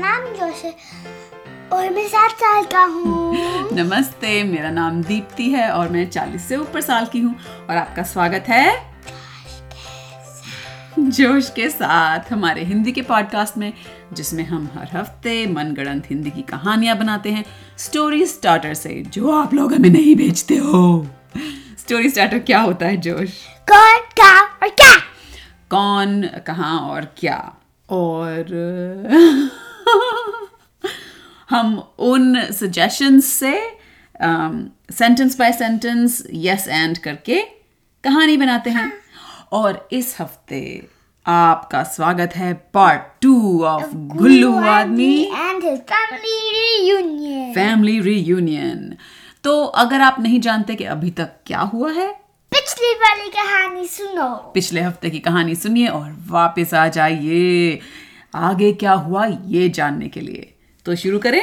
से और मैं सात साल का हूँ नमस्ते मेरा नाम दीप्ति है और मैं 40 से ऊपर साल की हूँ और आपका स्वागत है जोश के साथ हमारे हिंदी के पॉडकास्ट में जिसमें हम हर हफ्ते मनगढ़ंत हिंदी की कहानियां बनाते हैं स्टोरी स्टार्टर से जो आप लोग हमें नहीं भेजते हो स्टोरी स्टार्टर क्या होता है जोश कौन का और क्या कौन कहाँ और क्या और हम उन सजेशंस से um, sentence by sentence yes and करके कहानी बनाते हैं और इस हफ्ते आपका स्वागत है पार्ट टू ऑफ गुल्लू आदमी and his family reunion family reunion तो अगर आप नहीं जानते कि अभी तक क्या हुआ है पिछली वाली कहानी सुनो पिछले हफ्ते की कहानी सुनिए और वापस आ जाइए आगे क्या हुआ ये जानने के लिए तो शुरू करें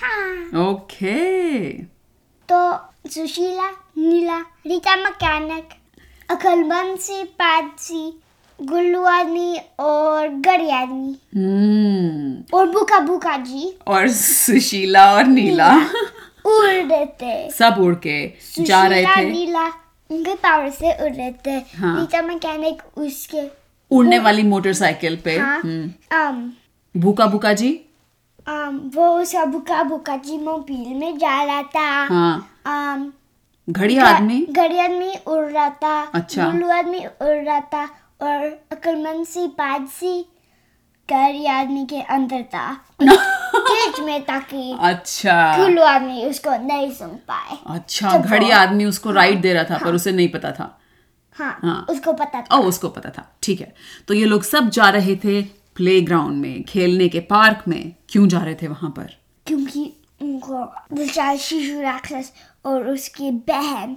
हाँ ओके तो सुशीला नीला रीता मकैनिक अकलमंद सी पादसी गुल्लू आदमी और गड़ी आदमी हम्म और बुका बुका जी और सुशीला और नीला उड़ रहे थे सब उड़ के जा रहे सुशीला, थे नीला उनके पावर से उड़ रहे थे हाँ। रीता मैकेनिक उसके उड़ने वाली मोटरसाइकिल पे हाँ हम्म, आम, भूका भूका जी आम, वो उसका बुका बुका जी मोबाइल में जा रहा था हाँ आम, घड़ी ग- आदमी गड़ी आदमी उड़ रहा था अच्छा। गुल्लू आदमी उड़ रहा था और अकलमंद सी पाद सी गड़ी आदमी के अंदर था केज में ताकि अच्छा गुल्लू आदमी उसको नहीं सुन पाए अच्छा घड़ी आदमी उसको राइट दे रहा था पर उसे नहीं पता था हाँ, हाँ। उसको पता था ओ उसको पता था ठीक है तो ये लोग सब जा रहे थे प्लेग्राउंड में खेलने के पार्क में क्यों जा रहे थे वहां पर क्योंकि उनको विशाल शिशु राक्षस और उसकी बहन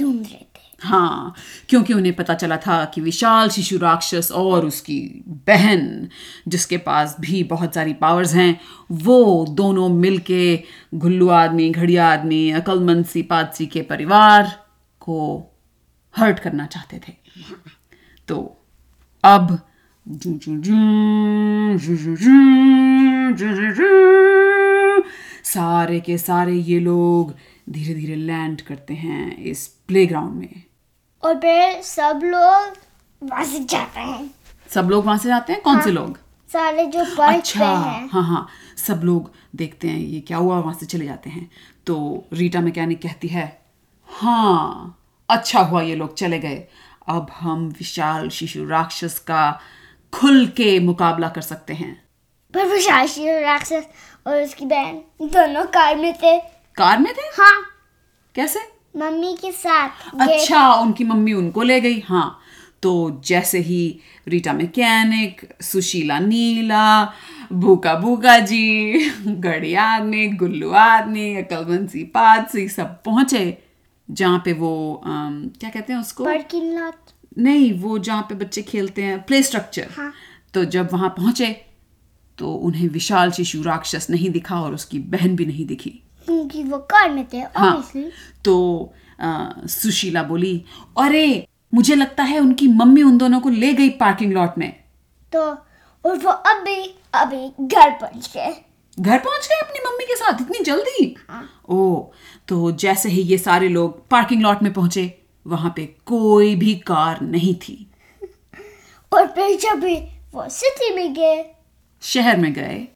ढूंढ रहे थे हाँ क्योंकि उन्हें पता चला था कि विशाल शिशु राक्षस और उसकी बहन जिसके पास भी बहुत सारी पावर्स हैं वो दोनों मिलके घुल्लू आदमी घड़िया आदमी अकलमंद सी पादसी के परिवार को हर्ट करना चाहते थे तो अब सारे के सारे ये लोग धीरे धीरे लैंड करते हैं इस प्लेग्राउंड में और फिर सब लोग वहां से जाते हैं सब लोग वहां से जाते हैं कौन से लोग सारे जो पढ़ते हाँ, हैं हाँ हाँ सब लोग देखते हैं ये क्या हुआ वहां से चले जाते हैं तो रीटा मैकेनिक कहती है हाँ अच्छा हुआ ये लोग चले गए अब हम विशाल शिशु राक्षस का खुल के मुकाबला कर सकते हैं पर विशाल शिशु राक्षस और उसकी बहन दोनों कार में थे कार में थे हाँ कैसे मम्मी के साथ गए। अच्छा उनकी मम्मी उनको ले गई हाँ तो जैसे ही रीटा मैकेनिक सुशीला नीला भूका भूका जी गड़िया आदमी गुल्लू आदमी अकलबंसी पादसी सब पहुंचे जहाँ पे वो अम, क्या कहते हैं उसको पार्किंग लॉट नहीं वो जहाँ पे बच्चे खेलते हैं प्ले स्ट्रक्चर हाँ। तो जब वहाँ पहुंचे तो उन्हें विशाल शिशु राक्षस नहीं दिखा और उसकी बहन भी नहीं दिखी क्योंकि वो कार में थे ऑब्वियसली हाँ। तो अ, सुशीला बोली अरे मुझे लगता है उनकी मम्मी उन दोनों को ले गई पार्किंग लॉट में तो और वो अभी अभी घर पहुंच गए घर पहुंच गए अपनी मम्मी के साथ इतनी जल्दी ओ तो जैसे ही ये सारे लोग पार्किंग लॉट में पहुंचे वहां पे कोई भी कार नहीं थी और फिर जब भी वो सिटी में गए शहर में गए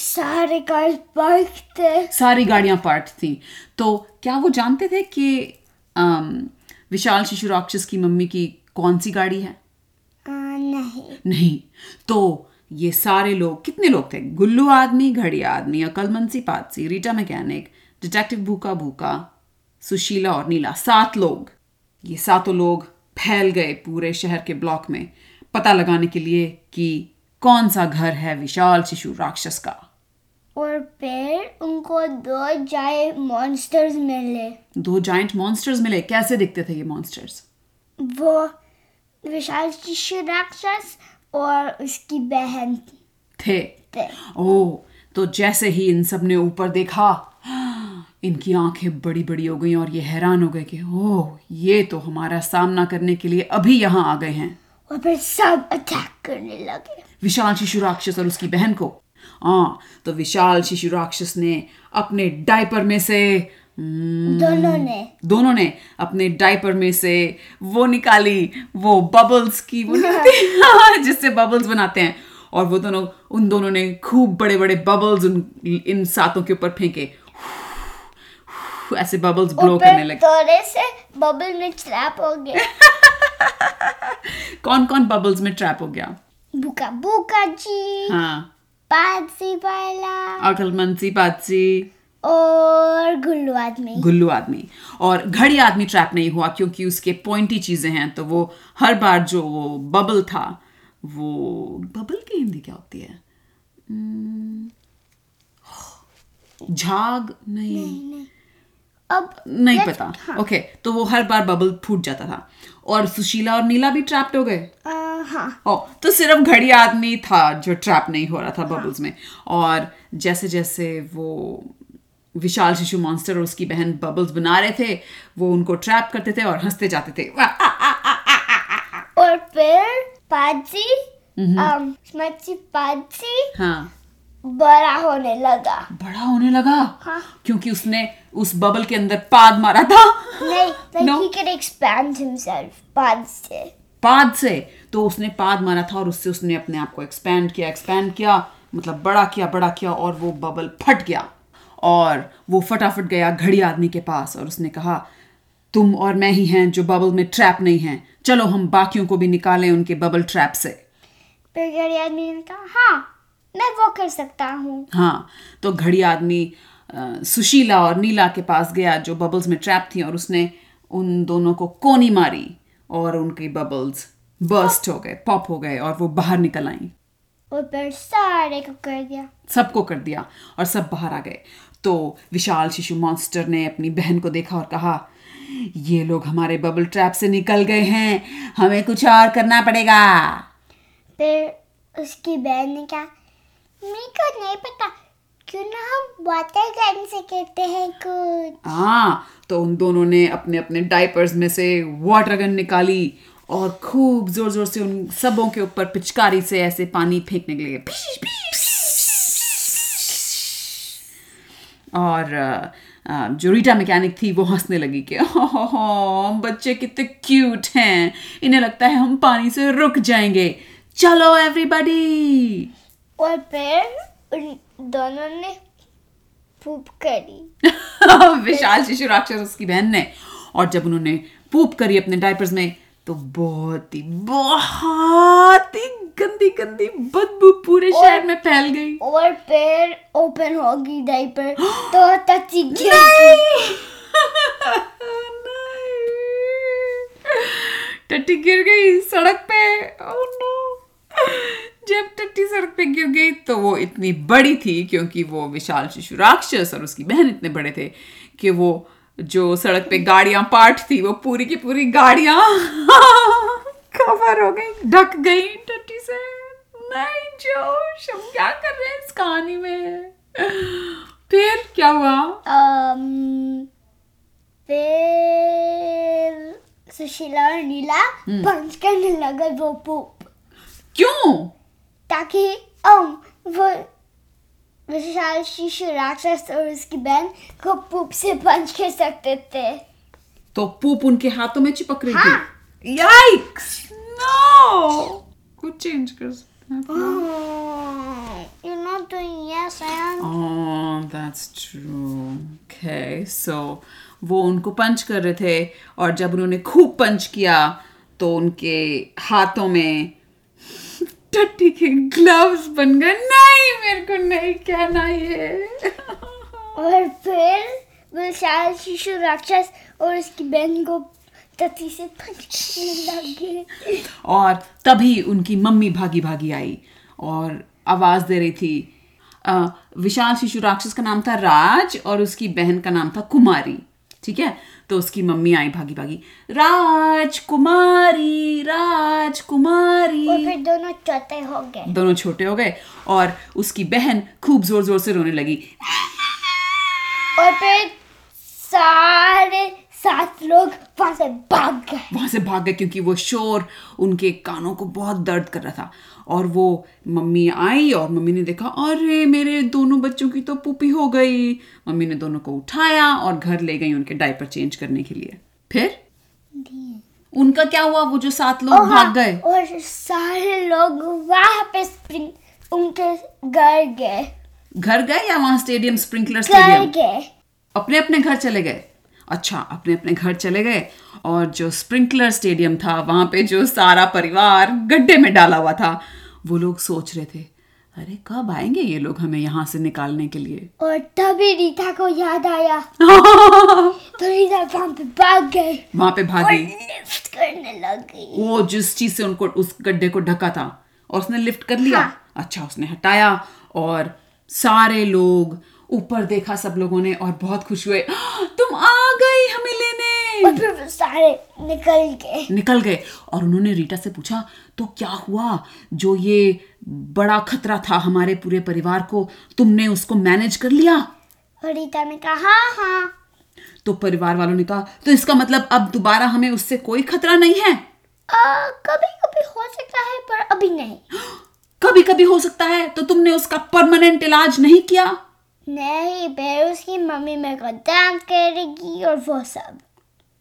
सारे कार्स पार्क थे सारी गाड़ियां पार्ट थी तो क्या वो जानते थे कि अम, विशाल शिशु राक्षस की मम्मी की कौन सी गाड़ी है आ, नहीं नहीं तो ये सारे लोग कितने लोग थे गुल्लू आदमी घड़िया आदमी अकलमंसी पादसी रीटा मैकेनिक डिटेक्टिव भूखा भूखा सुशीला और नीला सात लोग ये सातों लोग फैल गए पूरे शहर के ब्लॉक में पता लगाने के लिए कि कौन सा घर है विशाल शिशु राक्षस का और फिर उनको दो जाए मॉन्स्टर्स मिले दो जाइंट मॉन्स्टर्स मिले कैसे दिखते थे ये मॉन्स्टर्स वो विशाल शिशु राक्षस और उसकी बहन थे थे ओ तो जैसे ही इन सब ने ऊपर देखा इनकी आंखें बड़ी बड़ी हो गई और ये हैरान हो गए कि ओह ये तो हमारा सामना करने के लिए अभी यहाँ आ गए हैं और फिर सब अटैक करने लगे विशाल शिशु राक्षस और उसकी बहन को हाँ तो विशाल शिशु राक्षस ने अपने डायपर में से हम्म, दोनों ने दोनों ने अपने डायपर में से वो निकाली वो बबल्स की वो नहीं होती? हाँ, जिससे बबल्स बनाते हैं और वो दोनों उन दोनों ने खूब बड़े बड़े बबल्स उन इन सातों के ऊपर फेंके ऐसे बबल्स ब्लो करने ऊपर लगे थोड़े से बबल में ट्रैप हो गया कौन कौन बबल्स में ट्रैप हो गया बुका बुका जी हाँ पासी वाला अकलमंद सी बातसी और गुल्लू आदमी गुल्लू आदमी और घड़ी आदमी ट्रैप नहीं हुआ क्योंकि उसके पॉइंटी चीजें हैं तो वो हर बार जो वो बबल था वो बबल की हिंदी क्या होती है Hmm, झाग नहीं अब नहीं पता ओके तो वो हर बार बबल फूट जाता था और सुशीला और नीला भी ट्रैप्ड हो गए आ, हाँ ओ तो सिर्फ घड़ी आदमी था जो ट्रैप नहीं हो रहा था बबल्स में और जैसे जैसे वो विशाल शिशु मॉन्स्टर और उसकी बहन बबल्स बना रहे थे वो उनको ट्रैप करते थे और हंसते जाते थे वाह, आ, आ, और फिर पाजी अम, मच्छी पाजी हाँ बड़ा होने लगा बड़ा होने लगा हाँ। क्योंकि उसने उस बबल के अंदर पाद मारा था नहीं but No. he could expand himself पाद से पाद से तो उसने पाद मारा था और उससे उसने अपने आप को एक्सपैंड किया एक्सपैंड किया मतलब बड़ा किया बड़ा किया और वो बबल फट गया और वो फटाफट गया घड़ी आदमी के पास और उसने कहा तुम और मैं ही हैं जो बबल में ट्रैप नहीं हैं चलो हम बाकियों को भी निकालें उनके बबल ट्रैप से फिर गड़ी आदमी ने कहा हाँ मैं वो कर सकता हूँ हाँ तो घड़ी आदमी अ, सुशीला और नीला के पास गया जो बबल्स में ट्रैप थी और उसने उन दोनों को कोनी मारी और उनके बबल्स बर्स्ट हो गए पॉप हो गए और वो बाहर निकल आई और फिर सारे को कर दिया सबको कर दिया और सब बाहर आ गए तो विशाल शिशु मॉन्स्टर ने अपनी बहन को देखा और कहा ये लोग हमारे बबल ट्रैप से निकल गए हैं हमें कुछ और करना पड़ेगा फिर उसकी बहन ने कहा मेरे को नहीं पता क्यों ना हम वाटर गन से कहते हैं कुछ हाँ तो उन दोनों ने अपने अपने डायपर्स में से वाटर गन निकाली और खूब जोर जोर से उन सबों के ऊपर पिचकारी से ऐसे पानी फेंकने के लिए और अ, अ, जो रीटा मैकेनिक थी वो हंसने लगी कि "ओहोहो, बच्चे कितने क्यूट हैं इन्हें लगता है हम पानी से रुक जाएंगे चलो एवरीबॉडी और फिर उन दोनों ने फूप करी विशाल शिशु राक्षस उसकी बहन ने और जब उन्होंने पूप करी अपने डायपर्स में तो बहुत ही बहुत ही गंदी गंदी बदबू पूरे शहर में फैल गई और फिर ओपन होगी डाइपर तो तची नहीं। टट्टी गिर गई सड़क पे ओह नो जब टट्टी सड़क पे गिर गई तो वो इतनी बड़ी थी क्योंकि वो विशाल शिशु राक्षस और उसकी बहन इतने बड़े थे कि वो जो सड़क पे गाड़ियां पार्ट थी वो पूरी की पूरी गाड़ियां कवर हो गई ढक गई टट्टी से नहीं जोश हम क्या कर रहे हैं इस कहानी में फिर क्या हुआ अम्म, फिर सुशीला और नीला पंच करने लगे वो पूप क्यों ताकि अम वो विशाल शिशु राक्षस और उसकी बहन को पूप से पंच कर सकते थे तो पूप उनके हाथों में चिपक रही हाँ। थी याइक्स नो कुछ चेंज कर सकते हैं यू नो तो yes oh that's true okay so वो उनको पंच कर रहे थे और जब उन्होंने खूब पंच किया तो उनके हाथों में टट्टी के ग्लव्स बन गए नहीं मेरे को नहीं कहना ये और फिर विशाल शिशु राक्षस और उसकी बहन को तथी से पंचने लगे और तभी उनकी मम्मी भागी भागी आई और आवाज दे रही थी अ, विशाल शिशु राक्षस का नाम था राज और उसकी बहन का नाम था कुमारी ठीक है तो उसकी मम्मी आई भागी भागी राज कुमारी राज और कुमारी फिर दोनों चौथे हो गए दोनों छोटे हो गए और उसकी बहन खूब जोर जोर से रोने लगी और फिर सारे सात लोग वहां से भाग गए वहां से भाग गए क्योंकि वो शोर उनके कानों को बहुत दर्द कर रहा था और वो मम्मी आई और मम्मी ने देखा अरे मेरे दोनों बच्चों की तो पुपी हो गई मम्मी ने दोनों को उठाया और घर ले गई उनके डायपर चेंज करने के लिए फिर उनका क्या हुआ वो जो सात लोग और भाग गए और सारे लोग वापस स्प्रिंग उनके घर गए घर गए या वहाँ स्टेडियम स्प्रिंकलर घर स्टेडियम गए अपने अपने घर चले गए अच्छा अपने अपने घर चले गए और जो स्प्रिंकलर स्टेडियम था वहां पे जो सारा परिवार गड्ढे में डाला हुआ था वो लोग सोच रहे थे अरे कब आएंगे ये लोग हमें यहाँ से निकालने के लिए और तभी रीता को याद आया वहां तो रीता वहां पे भाग गई पे और भागी लिफ्ट करने लग गई वो जिस चीज से उनको उस गड्ढे को ढका था और उसने लिफ्ट कर लिया हाँ। अच्छा उसने हटाया और सारे लोग ऊपर देखा सब लोगों ने और बहुत खुश हुए तुम आ गई हमें लेने और फिर वो सारे निकल गए निकल गए और उन्होंने रीटा से पूछा तो क्या हुआ जो ये बड़ा खतरा था हमारे पूरे परिवार को तुमने उसको मैनेज कर लिया और रीता ने कहा हाँ हाँ तो परिवार वालों ने कहा तो इसका मतलब अब दोबारा हमें उससे कोई खतरा नहीं है आ, कभी कभी हो सकता है पर अभी नहीं कभी कभी हो सकता है तो तुमने उसका परमानेंट इलाज नहीं किया नहीं पर उसकी मम्मी मेरे को डांट करेगी और वो सब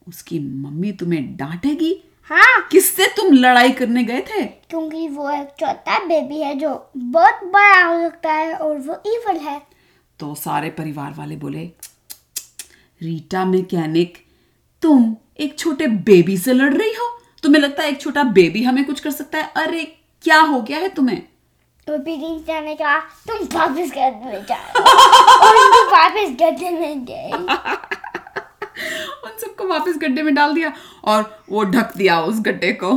उसकी मम्मी तुम्हें डांटेगी हाँ किससे तुम लड़ाई करने गए थे क्योंकि वो एक छोटा बेबी है जो बहुत बड़ा हो सकता है और वो इवल है तो सारे परिवार वाले बोले रीटा मैकेनिक तुम एक छोटे बेबी से लड़ रही हो तुम्हें लगता है एक छोटा बेबी हमें कुछ कर सकता है अरे क्या हो गया है तुम्हें और फिर रीता ने कहा तुम वापस गद्दे में जाओ और उनको वापस गद्दे में गए उन सबको वापस गड्ढे में डाल दिया और वो ढक दिया उस गड्ढे को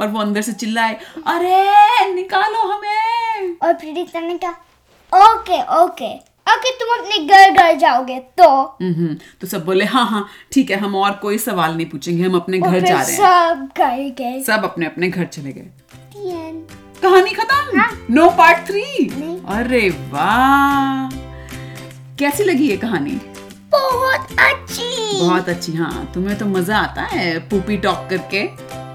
और वो अंदर से चिल्लाए अरे निकालो हमें और फिर रीता ने कहा ओके ओके ओके तुम अपने घर घर जाओगे तो हम्म तो सब बोले हाँ हाँ ठीक है हम और कोई सवाल नहीं पूछेंगे हम अपने और घर फिर जा रहे हैं सब घर गए सब अपने अपने घर चले गए The end. कहानी खत्म नो पार्ट थ्री नहीं। अरे वाह कैसी लगी ये कहानी बहुत अच्छी बहुत अच्छी हाँ तुम्हें तो मजा आता है पूपी टॉक करके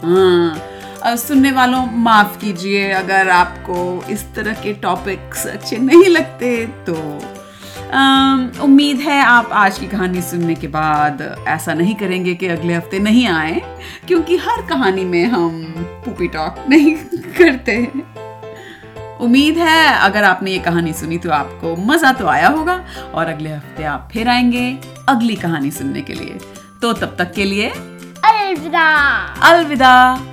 हाँ अब सुनने वालों माफ कीजिए अगर आपको इस तरह के टॉपिक्स अच्छे नहीं लगते तो अम, उम्मीद है आप आज की कहानी सुनने के बाद ऐसा नहीं करेंगे कि अगले हफ्ते नहीं आए क्योंकि हर कहानी में हम पूपी टॉक नहीं करते हैं उम्मीद है अगर आपने ये कहानी सुनी तो आपको मजा तो आया होगा और अगले हफ्ते आप फिर आएंगे अगली कहानी सुनने के लिए तो तब तक के लिए अलविदा अलविदा